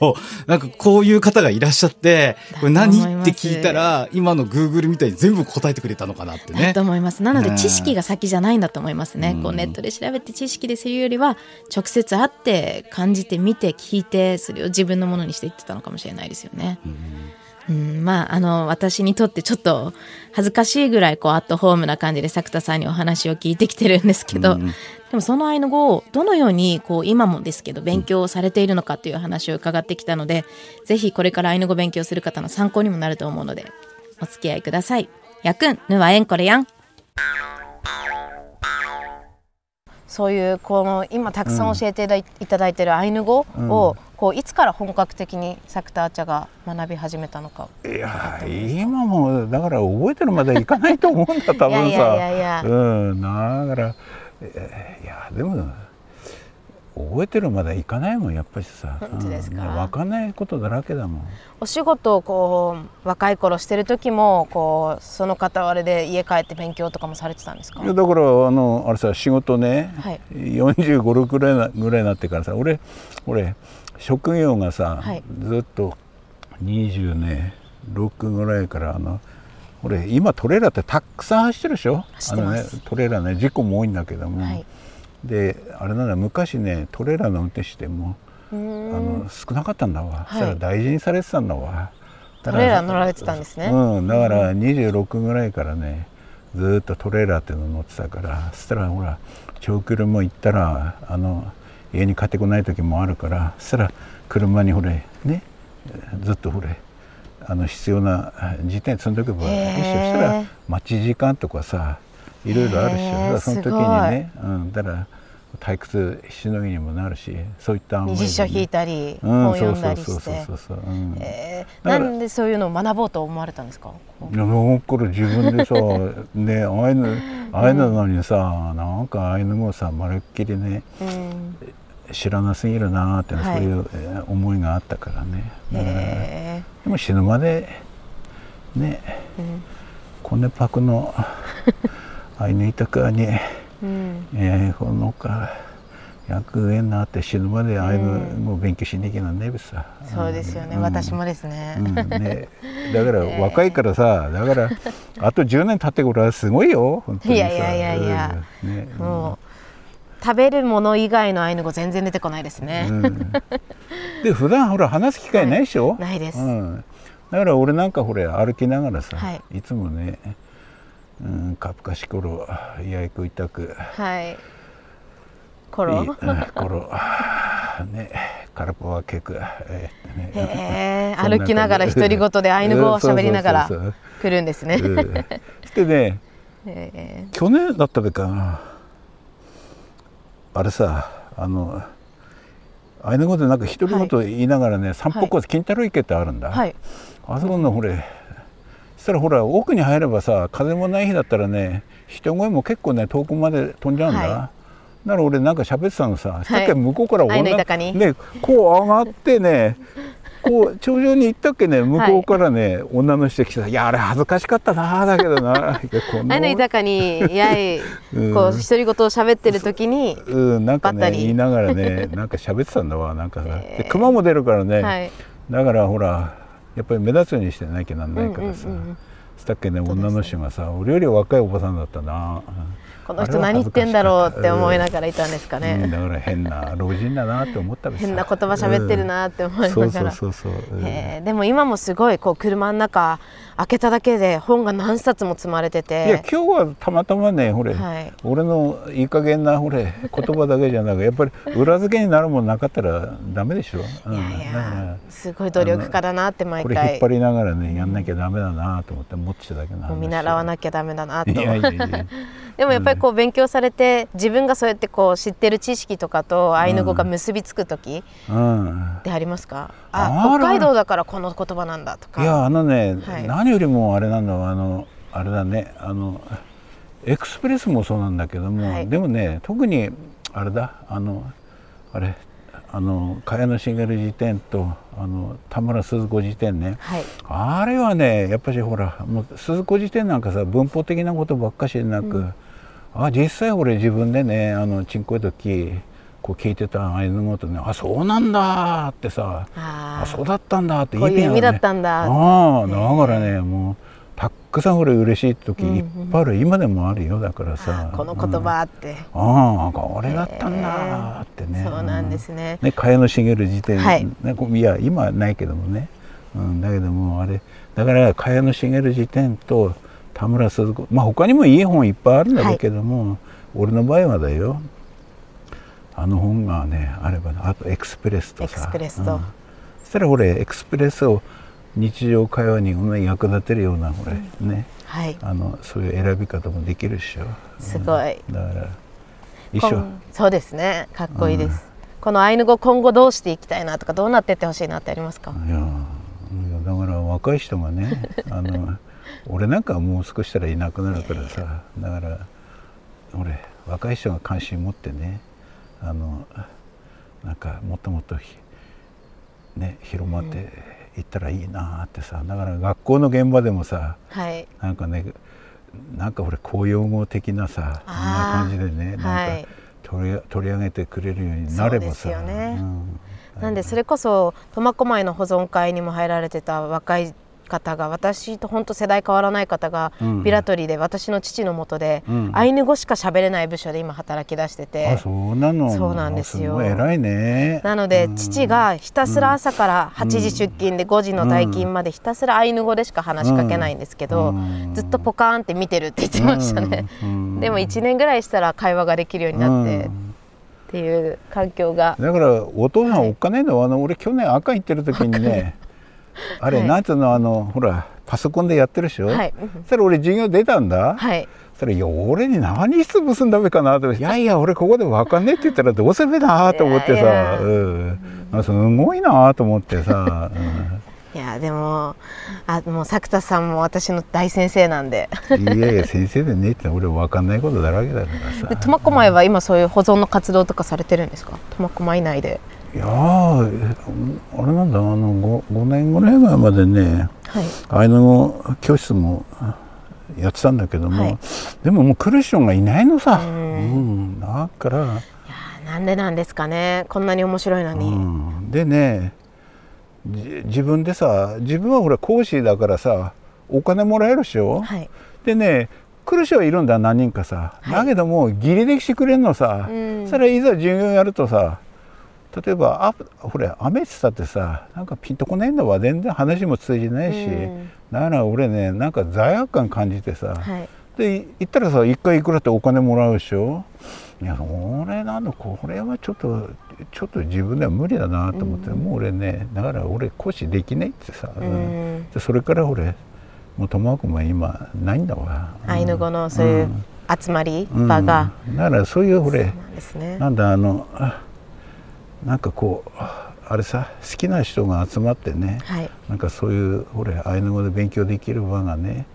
B: なんかこういう方がいらっしゃってこれ
C: だと思い
B: 何っ
C: ま
B: て
C: す
B: 聞いたら今の Google みたいに全部答えてくれたのかなって
C: だ
B: ね
C: と。思います。なので
B: ね
C: 知識が先じゃないんだと思いますね。
B: うん
C: こうネットで調べて知識でするよりは直接会って感じて見て聞いてそれを自分のものにしていってたのかもしれないですよね。うん、まあ、あの、私にとってちょっと恥ずかしいぐらい、こう、アットホームな感じで作田さんにお話を聞いてきてるんですけど、でもその愛の語をどのように、こう、今もですけど、勉強をされているのかという話を伺ってきたので、ぜひこれから愛の語勉強する方の参考にもなると思うので、お付き合いください。やくん、ぬわえんこれやん。
E: そういうこの今たくさん教えていただいいただいてるアイヌ語を、こういつから本格的にサクターチャが学び始めたのか
F: いや今もだから覚えてるまでいかないと思うんだ多分さ
E: いやいやいやいや
F: うんだからえーいやでも覚えてるまでいかないもんやっぱりさ
E: 本当ですか
F: うんわかんないことだらけだもん
E: お仕事をこう若い頃してる時もこうその傍らで家帰って勉強とかもされてたんですか
F: いやだからあのあれさ仕事ね、
E: はい
F: 45、6ぐらいなぐらいになってからさ俺俺職業がさ、
E: はい
F: ずっと26ね6ぐらいからあの俺今トレーラーってたくさん走ってるでしょ
E: 走ってます
F: あの、ね、トレーラーね事故も多いんだけども、
E: はい
F: であれなんだ昔ねトレーラーの運転手っても
E: う
F: う、
E: ー
F: あ
E: ん
F: の少なかったんだわ、
E: はい
F: そしたら大事にされてたんだわだ
E: ト
F: から
E: レーラー乗られてたんですね、
F: うん、だから26ぐらいからねずーっとトレーラーっていうの乗ってたからそしたらほら長距離も行ったらあの家に帰ってこない時もあるからそしたら車にほれねずっとほれあの必要なあ自転車積んどけばいいでしょそ
E: へー
F: したら待ち時間とかさいろいろあるし
E: へ
F: ょ
E: ー
F: だからその時にね、うん、だから退屈しのぎにもなるしそういった思い
E: 二
F: でね
E: 次書引いたり、
F: うん
E: 本読んだり
F: そう
E: し
F: そう
E: て
F: そうそうそう、うん
E: えー
F: だから
E: なんでそういうのを学ぼうと思われたんですか
F: いやだから自分 [LAUGHS] でさねああいうのああいうのなのにさなんかああいうのもさまるっきりね
E: うん
F: 知らなすぎるなーって、
E: はい
F: そういうえー思いがあったからね、だから
E: え
F: でも死ぬまでねコネパクのアイヌイタカに、
E: ーうん
F: えー、このか役縁になって死ぬまでああいうのを勉強しなきゃなんねえべさ、
E: そうですよね、
F: うん
E: 私もですね、
F: うんね、 [LAUGHS] だから若いからさ、だからあと10年経ってこれはすごいよ本当にさ
E: いやいやいやいや、
F: うんね
E: もう食べるもの以外のアイヌ語全然出てこないですね、
F: うんで普段ほら話す機会ないでしょ、
E: ないです
F: うん、だから俺なんかほれ歩きながらさ、、
E: はい
F: つもね「うん、カプカシコロやいこいたく」
E: はい
F: 「
E: コ
F: いい
E: ロ
F: うんコロ」ね「カラポワケク」えーね
E: へえ
F: [LAUGHS] そんな感じ
E: 歩きながら独り言でアイヌ語を喋りながら
F: そうそうそう
E: 来るんですね、 [LAUGHS]
F: そううんでね
E: え
F: 去年だったべかなあれさあのアイヌ語でなんか独り言言いながらね、散歩コース金太郎池ってあるんだ、
E: ーはい
F: あそこのほれそしたらほら奥に入ればさ風もない日だったらね人声も結構ね遠くまで飛んじゃうんだ、
E: はい
F: だから俺なんか喋ってたのさ、さっきは向こうから
E: アイヌ
F: 女
E: 豊に
F: ねこう上がってねこう頂上に行ったっけね向こうからね、女の人来てさ「いやあれ恥ずかしかったな」だけどないやこんな
E: アイヌ豊かにやい、
F: うん
E: こう独り言を喋ってる時に、
F: うん、なんか
E: ばった
F: ね
E: り
F: 言いながらね [LAUGHS] なんか喋ってたんだわなんかさ、
E: へえ
F: で熊も出るからね、
E: はい
F: だからほらやっぱり目立つようにしてなきゃなんないからさ、
E: うんうんうんうん
F: したっけね女の人がさ俺より若いおばさんだったな、
E: この人何言ってんだろうって思いながらいたんですか
F: うん
E: ね
F: だから変な老人だなって思ったりさ
E: 変な言葉喋ってるなって思いながら
F: うんそうそうそうそう、うん
E: へえでも今もすごいこう車の中開けただけで本が何冊も積まれて
F: いや
E: て
F: 今日はたまたまねほれ、
E: はい
F: 俺のいい加減なほれ言葉だけじゃなくやっぱり裏付けになるもんなかったらダメでしょ、うん、
E: いやい
F: だから
E: やすごい努力家だなって毎
F: これ引っ
E: 回
F: 張りながらねやんなきゃダメだなと思って持ってただけな
E: もう
F: 話
E: 見習わなきゃダメだなと
F: いやいやいや
E: でもやっぱりこう勉強されて自分がそうやってこう知ってる知識とかとアイヌ語が結びつく時
F: うん
E: [LAUGHS] でありますか、
F: あ
E: あ
F: ら
E: 北海道だからこの言葉なんだとか
F: いやあのね、
E: はい
F: 何よりもあれなんだあのあれだねあのエクスプレスもそうなんだけども、
E: はい
F: でもね特にあれだあのあれあの茅野茂辞典とあの田村鈴子辞典ね
E: はい
F: あれはねやっぱしほらもう鈴子辞典なんかさ文法的なことばっかしでなく、あ実際俺自分でねあのちんこい時こう聞いてたアイヌ語とねあそうなんだってさ
E: あー
F: あそうだったんだって
E: こういう
F: 言てんよね
E: 意味だったんだ
F: ああだからねもうたっくさん俺嬉しい時いっぱいある、今でもあるよだからさ
E: あこの言葉って、
F: ああこれだったんだってね、
E: そうなんですね、
F: ね茅野茂辞典、
E: はい
F: ねこういや今はないけどもね、うん、だけどもあれだから茅野茂辞典と田村鈴子まあ他にもいい本いっぱいあるんだろうけども、俺の場合はだよあの本がねあればねあとエクスプレスとさ
E: エクスプレスと
F: うんそしたら俺エクスプレスを日常会話にうまい役立てるようなこれ、ね
E: はい
F: あのそういう選び方もできるでしょ、
E: すごい
F: だから一緒
E: こんそうですねかっこいいです、このアイヌ語今後どうしていきたいなとかどうなってってほしいなってありますか、
F: いやいやだから若い人がね [LAUGHS] あの俺なんかはもう少ししたらいなくなるからさだから俺若い人が関心持ってねあのなんかもっともっとひね広まっていったらいいなってさだから学校の現場でもさ
E: はい
F: なんかねなんか俺公用語的なさそんな
E: あー
F: 感じでね
E: は
F: なん
E: い
F: か取り,、取り上げてくれるようになれば
E: そ
F: さ。
E: うですよね
F: うん
E: なんでそれこそ苫小牧の保存会にも入られてた若い方が私と本当世代変わらない方が、
F: うん
E: ビラトリで私の父のもとで、
F: うん
E: アイヌ語しか喋れない部署で今働き出してて
F: あそうなの
E: そうなんですよ
F: ごい偉いね
E: なので
F: うん
E: 父がひたすら朝から8時出勤で5時の退勤までひたすらアイヌ語でしか話しかけないんですけど、
F: うん
E: ずっとポカーンって見てるって言ってましたね、
F: う
E: [LAUGHS]
F: ん
E: でも1年ぐらいしたら会話ができるようになって、
F: う
E: っ
F: ん
E: ていう環境が
F: だからお父さんおっかねえのはあの俺去年赤行ってる時に
E: [LAUGHS]
F: ねあれ、
E: はい
F: なんつうのあのほらパソコンでやってるでしょ、
E: はい
F: そしたら俺授業出たんだ、
E: はい
F: それいや俺に何質問すんだべかなといやいや俺ここで分かんねえって言ったらどうせべなと思って
E: [LAUGHS]
F: さ
E: いやいや
F: うん、あすごいなと思ってさ、
E: いやでもあもう作田さんも私の大先生なん
F: [LAUGHS]
E: で
F: うん、いやいや先生でねえって俺分かんないことだらけだからさ
E: で苫小牧は今そういう保存の活動とかされてるんですか苫小牧内で
F: いやーえあれなんだあの 5, 年ぐらい前までね
E: はい
F: アイヌ語教室もあやってたんだけども、
E: はい
F: でももう来る人がいないのさ、う
E: うん
F: ん、だから、
E: あなんでなんですかねこんなに面白いの
F: う
E: に、
F: ん、でねじ自分でさ自分はほら講師だからさお金もらえるでしょ、
E: はい
F: でね来る人はいるんだ何人かさ、だけどもギリでしてくれんのさ、
E: うん
F: それいざ授業やるとさ例えばあほれ雨って言ったってさなんかピンとこないんだわ全然話も通じないし、
E: うん
F: だから俺ねなんか罪悪感感じてさ、
E: はい
F: でい行ったらさ一回いくらってお金もらうでしょいや俺なんだこれはちょっとちょっと自分では無理だなと思って、もう俺ねだから俺講師できないってさ、
E: ん
F: でそれから俺もう友子も今ないんだわ、
E: アイヌ語のそういう集まり場が、
F: うんだからそういう俺
E: なんですね
F: なんだあのあなんかこうああれさ好きな人が集まってね、
E: はい
F: なんかそういう俺アイヌ語で勉強できる場がね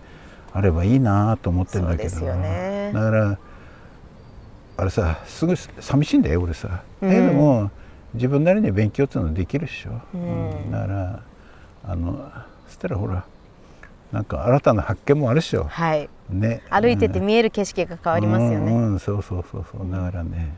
F: あればいいなと思ってんだけど
E: そうですよね
F: だからあれさすごい寂しいんだよ俺さ、
E: うん
F: だけども自分なりに勉強っていうのできるでしょ、
E: うん
F: うんだからあのそしたらほらなんか新たな発見もあるでしょ
E: はい
F: ね
E: 歩いてて
F: うん
E: 見える景色が変わりますよね、
F: うんうんそうそうそうそうだからね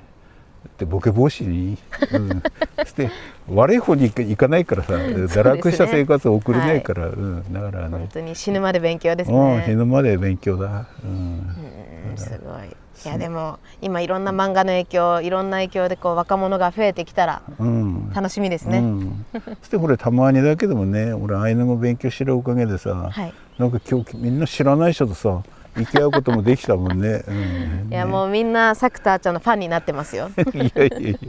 F: でボケ防止に、うん、して悪い方に行かない
E: [LAUGHS]
F: からさ、堕落した生活を送れないから、うん、だから
E: 本
F: ね
E: 当に死ぬまで勉強です
F: うん、死
E: ね、
F: ぬまで勉強だ、うん
E: うんすごいいやでも今いろんな漫画の影響いろんな影響でこう若者が増えてきたら
F: うん
E: 楽しみです
F: う
E: ね、
F: ん、そしてこれたまにだけでもね俺アイヌ語勉強してるおかげでさ、
E: はい
F: なんか今日みんな知らない人とさ行き合うこともできたもんね。うん
E: いやもうみんなサクターちゃんのファンになってますよ
F: [LAUGHS] いやいやい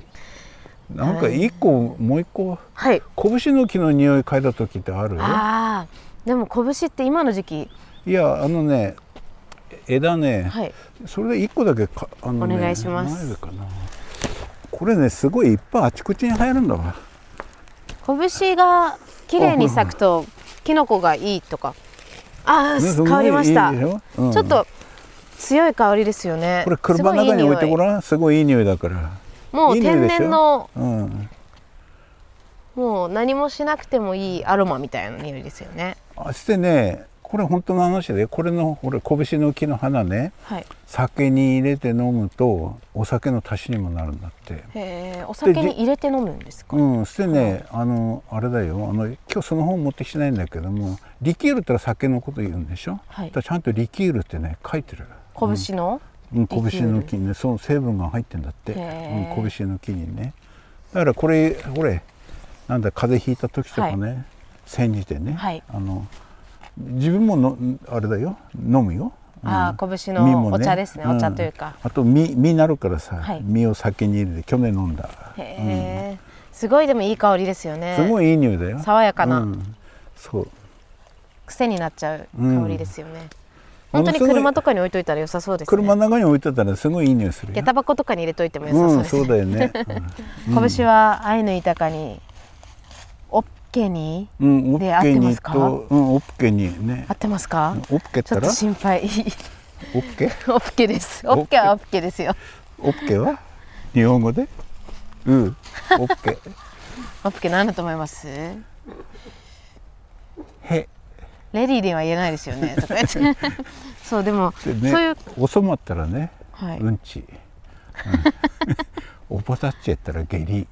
F: やなんか一個もう一個
E: はい
F: 拳の木の匂い嗅いだ時ってある
E: ああでも拳って今の時期
F: いやあのね枝ね、
E: はい
F: それで一個だけかあの、ね、
E: お願いします
F: 前かなこれねすごいいっぱいあちこちに生えるんだわ
E: 拳が綺麗に咲くとキノコがいいとかあ
F: ねす
E: あ、
F: ごい
E: 香りました
F: いいでしょうん
E: ちょっと強い香りですよね
F: これ車の中に置いてご
E: ん
F: らんすごいいい匂いだから
E: もう
F: い
E: い
F: い匂い
E: 天
F: でしょ
E: 然の
F: うん
E: もう何もしなくてもいいアロマみたいな匂いですよね
F: あしてねこれ本当の話でこれのこれ拳の木の花ね
E: はい
F: 酒に入れて飲むとお酒の足しにもなるんだって
E: へえお酒に入れて飲むんですか
F: うん、そしてね、あの、あれだよ、あの、今日その本持ってきてないんだけども。リキュールってのは酒のこと言うんでしょ。
E: はい
F: だからちゃんとリキュールってね、書いてる。
E: 拳の、
F: うん、
E: キュール
F: 拳の木にね、その成分が入ってんだって。
E: へー
F: うん、拳の木にね。だから、これ、これ、なんだ、風邪ひいた時とかね、煎じてね、
E: はい
F: あの。自分もの、あれだよ、飲むよ。
E: ああ拳のお茶ですねお茶というか、
F: あと実実なるからさ、
E: はい
F: 実を酒に入れて去年飲んだ
E: へえ、すごいでもいい香りですよね
F: すごいいい匂いだよ
E: 爽やかな
F: うんそう
E: 癖になっちゃう
F: うん
E: 香りですよね、
F: も
E: 本当
F: の
E: に
F: すごい
E: 車とかに置いといたら良さそうですね
F: 車の中に置いてたらすごいいい匂いする
E: 下
F: よ
E: 駄箱とかに入れといても良さそううんです、
F: そうだよね、
E: 拳はアイヌ豊かにオッケに
F: うん、うん、オ
E: で合っ
F: ッ
E: て
F: ケ
E: ま
F: に
E: すか
F: と、うん、オッケにね
E: 合ってますか
F: オッケっ
E: ちょ
F: た
E: っ
F: ら
E: と
F: オ
E: 心配 [LAUGHS]
F: ッケ
E: オッケですオッケはオッケですよ
F: オッケは日本語でうんオッケ
E: オッケ何だと思います
F: へ
E: レディーでは言えないですよねとか言
F: [LAUGHS]
E: ってそうでも
F: でね
E: そういう
F: おそまったらね、
E: はい
F: うんち、うん、 [LAUGHS] おばたっちやったら下痢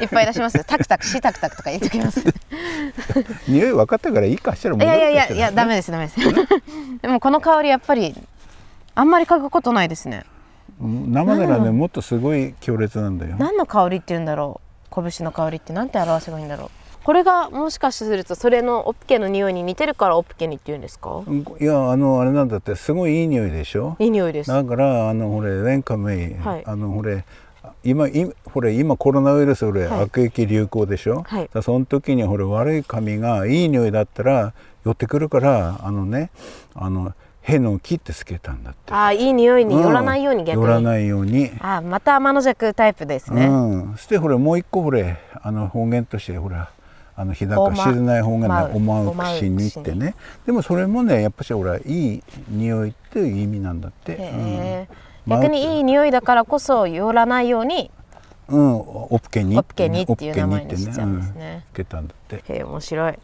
E: いっぱい出しますタクタクシタクタクとか言っときますい
F: 匂い分かったからいいかしたら戻
E: や
F: る
E: いやいやいやダメですダメです [LAUGHS] でもこの香りやっぱりあんまり嗅ぐことないですね
F: うん生ならねもっとすごい強烈なんだよ
E: 何の香りって言うんだろう拳の香りってなんて表せばいいんだろうこれがもしかするとそれのオプケの匂いに似てるからオプケにって言うんですか
F: うんいやあのあれなんだってすごいいい匂いでしょ
E: いい匂いです
F: だからあのほれレンカメイ、
E: はい
F: あのほれ今いほれ今コロナウイルスほれ、
E: はい
F: 悪液流行でしょ、
E: はい
F: だからその時にほれ悪い髪がいい匂いだったら寄ってくるからあのねあのヘの木ってつけたんだって
E: ああいい匂いに寄らないように
F: ん
E: 逆に、
F: 寄らないように、
E: ああまた天の弱タイプですね、
F: うんそしてほれもう一個ほれあの方言としてほらあの日
E: お
F: 高
E: ま
F: 静ない方言
E: ま
F: で
E: う
F: 「おまうくしに」って
E: お
F: ねでもそれもねやっぱしほらいい匂いっていう意味なんだって。
E: へえ
F: まあ
E: 逆にいい匂いだからこそ寄らないように
F: うん、オプケニ
E: オプケニっていう名前にしちゃうんですね
F: つけたんだって。
E: へえ面白い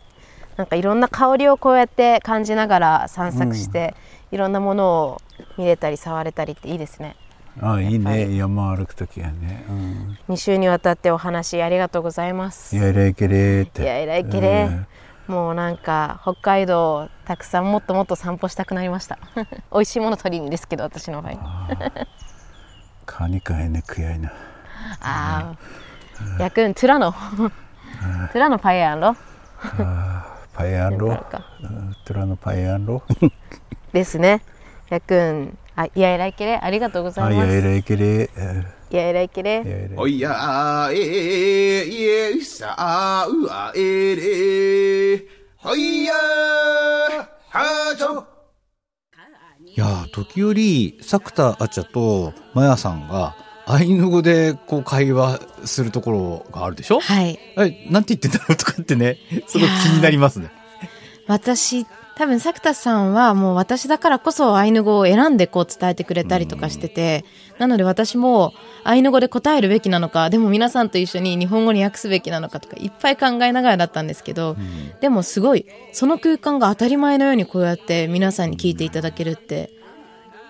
E: なんかいろんな香りをこうやって感じながら散策して、いろんなものを見れたり触れたりっていいですね
F: ああ、いい
E: ぱり
F: ね、山を歩くときはね。うん、
E: 2週にわたってお話ありがとうございます
F: いやいらいけれーって。
E: いやいらいけ
F: う
E: れ
F: ん、
E: もうなんか北海道たくさんもっともっと散歩したくなりました [LAUGHS] 美味しいもの取りにですけど私の場合あ
F: カニかえね、悔やいな。
E: あーやくんトゥラノトゥラノパイアンロ
F: パイアンロ
E: なん
F: ー
E: か。
F: うんトラのパイアンロー。
E: ですねやくんあいやいらいけれありがとうござ
F: あ、
E: い
F: い
E: ま
F: やい
E: す
F: らいけれ。うん
E: いやいらいけれ
F: いやいらいけれ
A: おやえいえさうあえれほいやはちょ
D: いやー時折作田あちゃとマヤさんがアイヌ語でこう会話するところがあるでしょ、
C: はい。
D: えなんて言ってんだろうとかってねすごい気になりますね。
C: 私、多分、作田さんはもう私だからこそアイヌ語を選んでこう伝えてくれたりとかしてて、なので私もアイヌ語で答えるべきなのか、でも皆さんと一緒に日本語に訳すべきなのかとかいっぱい考えながらだったんですけど、でもすごい、その空間が当たり前のようにこうやって皆さんに聞いていただけるって、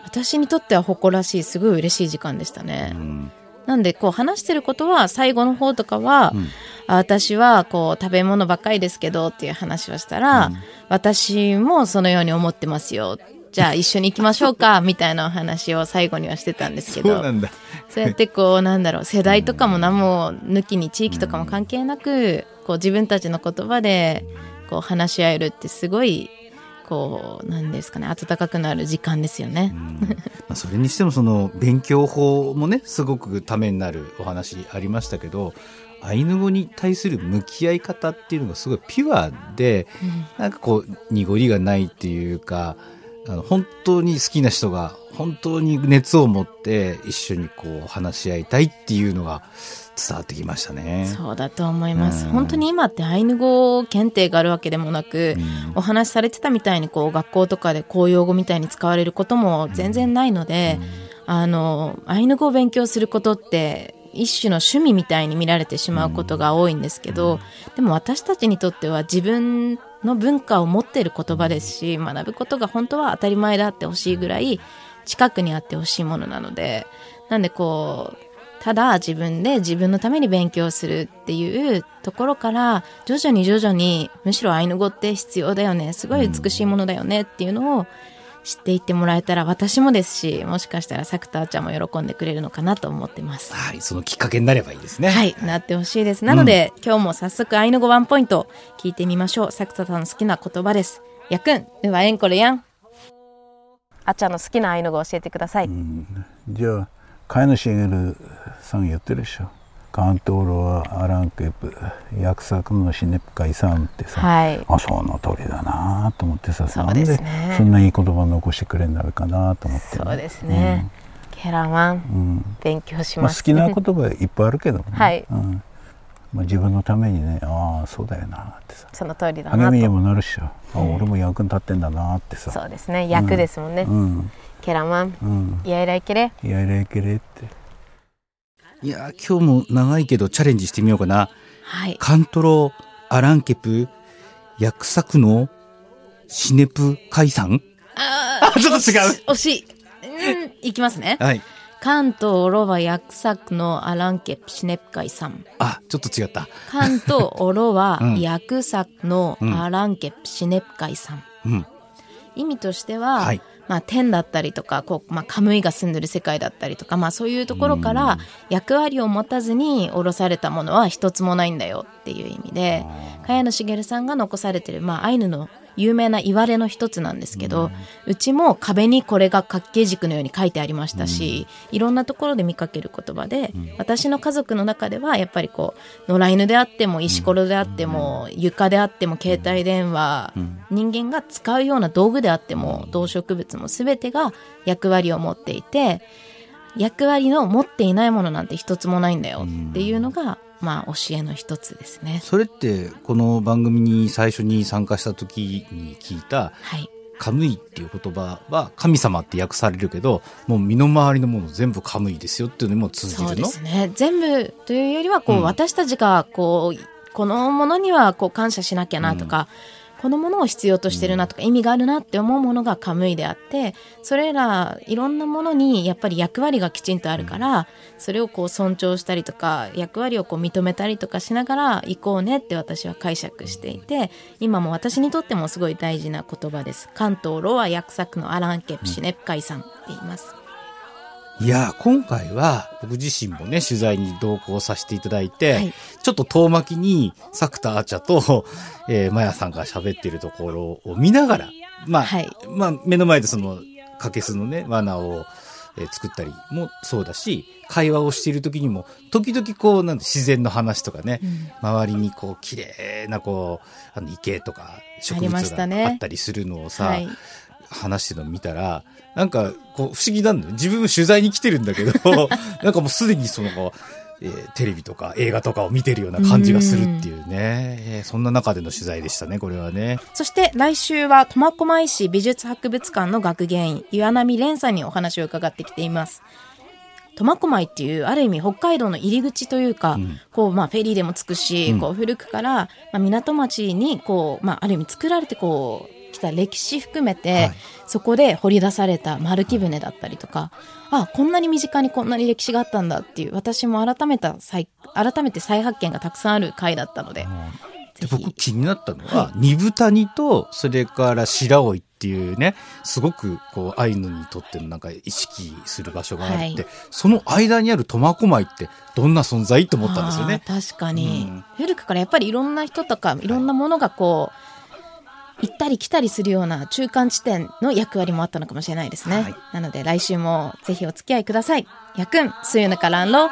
C: 私にとっては誇らしい、すごい嬉しい時間でしたね。なんでこう話してることは最後の方とかは、あ私はこう食べ物ばっかりですけどっていう話をしたら、私もそのように思ってますよじゃあ一緒に行きましょうか、みたいなお話を最後にはしてたんですけど。
D: そうなんだ。
C: そうやってこう、なんだろう、世代とかも何も抜きに地域とかも関係なく、こう自分たちの言葉で、こう話し合えるってすごい、こう、なんですかね、温かくなる時間ですよね。
D: まあそれにしてもその勉強法もねすごくためになるお話ありましたけどアイヌ語に対する向き合い方っていうのがすごいピュアで、なんかこう濁りがないっていうかあの本当に好きな人が本当に熱を持って一緒にこう話し合いたいっていうのが伝わってきましたね。
C: そうだと思います。
D: うん
C: 本当に今ってアイヌ語検定があるわけでもなく、お話しされてたみたいにこう学校とかで公用語みたいに使われることも全然ないので、あの、アイヌ語を勉強することって、一種の趣味みたいに見られてしまうことが多いんですけど、でも私たちにとっては自分の文化を持っている言葉ですし、学ぶことが本当は当たり前であってほしいぐらい近くにあってほしいものなので、なんでこう、ただ自分で自分のために勉強するっていうところから徐々に徐々にむしろアイヌ語って必要だよねすごい美しいものだよねっていうのを知っていってもらえたら私もですしもしかしたらサクターちゃんも喜んでくれるのかなと思ってます。
D: はい、そのきっかけになればいいですね。
C: はい、なってほしいです。なので、今日も早速アイヌ語ワンポイント聞いてみましょう。サクタさんの好きな言葉です。やくん、うわえんこれやん。
E: あっちゃんの好きなアイヌ語教えてください、
F: じゃあ飼い主がいるさんやってるでしょカントーロはアランクエプ約束のシネプカイさんってさ、
E: はい
F: あその通りだなと思ってさ
E: そうですね
F: なんでそんないい言葉残してくれるんだろうかなと思ってね、
E: そうですね、ケラマン、勉強し
F: ま
E: ま
F: あ、好
E: す、
F: きな言葉いっぱいあるけどもね、
E: [LAUGHS] はい
F: うんまあ、自分のためにねああそうだよなってさ
E: [LAUGHS] その通りだ
F: 励
E: な
F: みに
E: と
F: もなるっしょ、あ俺も役に立ってんだなってさ
E: そうですね役ですもんね、
F: うん
E: ケラマン、
F: うん
E: イヤイライケレ
F: やれいけれって
D: いやー、今日も長いけどチャレンジしてみようかな。
C: はい。
D: カントロ、アランケプ、約束の、シネプ解散
C: あ
D: あちょっと違う。
C: 惜しい。うん、いきますね。
D: はい。
C: 関東ロは約束のアランケプシネプカイさん。
D: あ、ちょっと違った。
C: 関東オロは
D: うん
C: 約束のアランケプシネプカイさん。
D: うん。
C: 意味としては、
D: はい
C: まあ、天だったりとか、こう、まあ、カムイが住んでる世界だったりとか、まあ、そういうところから、役割を持たずに降ろされたものは一つもないんだよっていう意味で、茅野茂さんが残されてる、まあ、アイヌの有名な言われの一つなんですけど、うちも壁にこれが活気軸のように書いてありましたし、いろんなところで見かける言葉で、私の家族の中ではやっぱりこう野良犬であっても石ころであっても、床であっても携帯電話、人間が使うような道具であっても動植物も全てが役割を持っていて役割の持っていないものなんて一つもないんだよっていうのが、まあ教えの一つですね。
D: それって、この番組に最初に参加した時に聞いた、
C: はい
D: カムイっていう言葉は神様って訳されるけど、もう身の回りのもの全部カムイですよっていうのにも通じるの
C: そうですね全部というよりはこう、
D: うん
C: 私たちがこうこのものにはこう感謝しなきゃなとか、このものを必要としてるなとか、意味があるなって思うものがカムイであってそれらいろんなものにやっぱり役割がきちんとあるから、それをこう尊重したりとか役割をこう認めたりとかしながら行こうねって私は解釈していて今も私にとってもすごい大事な言葉です関東ロア約束のアランケプシネプカイさんって言います、
D: いやー、今回は僕自身もね、取材に同行させていただいて、
C: はい
D: ちょっと遠巻きにサクタアチャと、 [LAUGHS] えー、マヤさんが喋ってるところを見ながら、まあ、
C: はい
D: まあ、目の前でその、かけすのね、罠を、えー作ったりもそうだし、会話をしている時にも、時々こう、なんて自然の話とかね、周りにこう、綺麗なこう、あの池とか植物
C: ありましたね
D: があったりするのをさ、
C: はい
D: 話してるの見たら、なんか、こう、不思議なんだよ。自分も取材に来てるんだけど、なんかもうすでにその、こうえーテレビとか映画とかを見てるような感じがするっていうね。えーそんな中での取材でしたね、これはね。
C: そして来週は苫小牧市美術博物館の学芸員岩波蓮さんにお話を伺ってきています。苫小牧っていうある意味北海道の入り口というか、こうまあフェリーでも着くし、こう古くから、まあ、港町にこう、まあ、ある意味作られてこう来た歴史含めて、
D: はい
C: そこで掘り出された丸木舟だったりとか、あこんなに身近にこんなに歴史があったんだっていう私も改めた再改めて再発見がたくさんある回だったので、
D: で僕気になったのは、煮豚煮と、それから白老っていうね、すごくこう、アイヌにとってのなんか意識する場所があって、
C: は
D: その間にある苫小牧ってどんな存在と思ったんですよね。
C: あー確かに、
D: うん
C: 古くからやっぱりいろんな人とかいろんなものがこう、行ったり来たりするような中間地点の役割もあったのかもしれないですね、
D: はい
C: なので来週もぜひお付き合いくださいやくんすゆぬからんろ